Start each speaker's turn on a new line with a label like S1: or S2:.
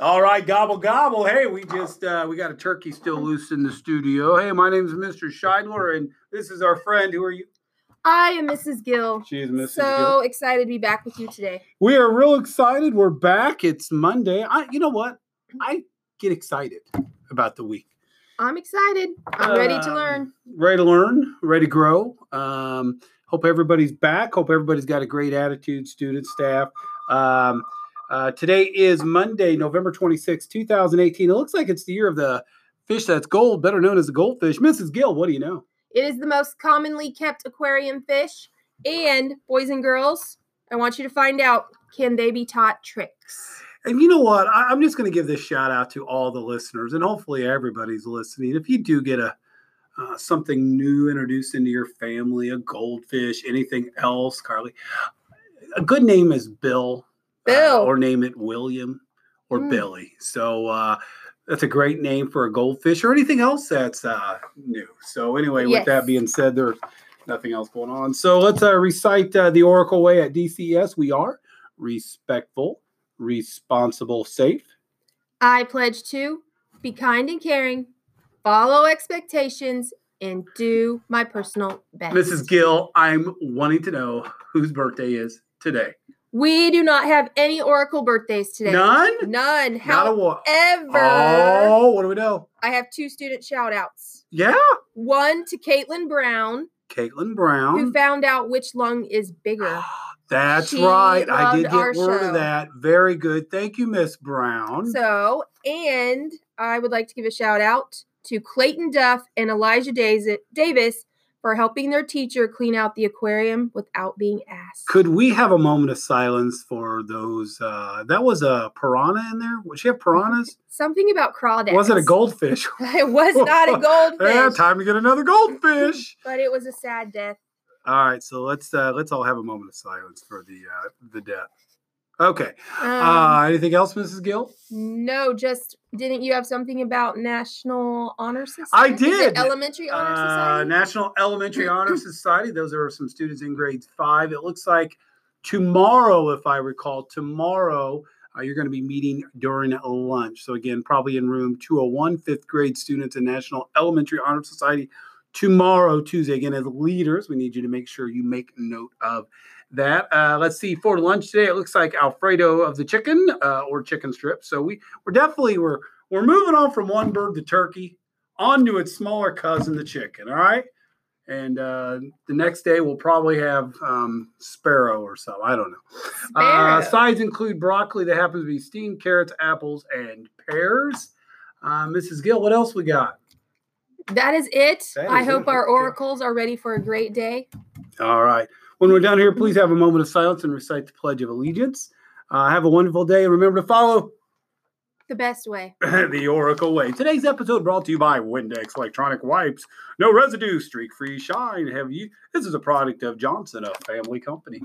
S1: All right, gobble gobble. Hey, we just uh, we got a turkey still loose in the studio. Hey, my name is Mr. Scheidler, and this is our friend. Who are you?
S2: I am Mrs. Gill.
S1: She is Mrs.
S2: So excited to be back with you today.
S1: We are real excited. We're back. It's Monday. I, you know what? I get excited about the week.
S2: I'm excited. I'm ready to
S1: Um,
S2: learn.
S1: Ready to learn. Ready to grow. Um, hope everybody's back. Hope everybody's got a great attitude, student, staff. Um, uh, today is Monday, November twenty sixth, 2018. It looks like it's the year of the fish that's gold, better known as the goldfish. Mrs. Gill, what do you know?
S2: It is the most commonly kept aquarium fish. And boys and girls, I want you to find out can they be taught tricks?
S1: And you know what? I, I'm just going to give this shout out to all the listeners, and hopefully everybody's listening. If you do get a uh, something new introduced into your family, a goldfish, anything else, Carly, a good name is Bill, uh,
S2: Bill.
S1: or name it William or
S2: Mm.
S1: Billy. So uh, that's a great name for a goldfish or anything else that's uh, new. So anyway, with that
S2: Yes.
S1: being said, there's nothing else going on. So let's uh, recite uh, the Oracle way at DCS. We are respectful responsible, safe.
S2: I pledge to be kind and caring, follow expectations, and do my personal best.
S1: Mrs. Gill, I'm wanting to know whose birthday is today.
S2: We do not have any oracle birthdays today.
S1: None? Not
S2: None.
S1: a
S2: However,
S1: one. Oh, what do we know?
S2: I have two student shout outs.
S1: Yeah.
S2: One to Caitlin Brown,
S1: Caitlin
S2: who
S1: Brown.
S2: found out which lung is bigger.
S1: That's
S2: She
S1: right. I did
S2: loved our
S1: get word
S2: show.
S1: of that. Very good. Thank you, Miss Brown.
S2: So, and I would like to give a shout out to Clayton Duff and Elijah Dais- Davis for helping their teacher clean out the aquarium without being asked.
S1: Could we have a moment of silence for those? Uh, that was a piranha in there. Would she have piranhas?
S2: Something about crawdads.
S1: Was it a goldfish?
S2: it was not a
S1: yeah,
S2: goldfish,
S1: time to get another goldfish.
S2: but it was a sad death.
S1: All right, so let's uh, let's all have a moment of silence for the uh, the death. Okay.
S2: Um,
S1: Uh, anything else, Mrs. Gill?
S2: no, just didn't you have something about National Honor Society?
S1: I
S2: Is it
S1: did.
S2: Elementary Honor
S1: Uh,
S2: Society.
S1: National Elementary Honor Society. Those are some students in grades five. It looks like tomorrow, if I recall, tomorrow uh, you're going to be meeting during lunch. So again, probably in room 201, fifth grade students in National Elementary Honor Society tomorrow, Tuesday. Again, as leaders, we need you to make sure you make note of that. Uh, let's see for lunch today. It looks like Alfredo of the chicken uh, or chicken strips. So we we're definitely we're we're moving on from one bird to turkey onto its smaller cousin, the chicken. All right. And uh, the next day, we'll probably have um, sparrow or something. I don't know. Uh,
S2: Sparrow.
S1: sides include broccoli that happens to be steamed carrots, apples, and pears. Uh, Mrs. Gill, what else we got?
S2: that is it.
S1: That
S2: I
S1: is
S2: hope
S1: it.
S2: our
S1: Okay.
S2: oracles are ready for a great day.
S1: All right. When we're done here, please have a moment of silence and recite the Pledge of Allegiance. Uh, have a wonderful day. and Remember to follow
S2: The best way.
S1: the Oracle Way. Today's episode brought to you by Windex Electronic Wipes. No residue, streak free shine. Have you? This is a product of Johnson, a family company.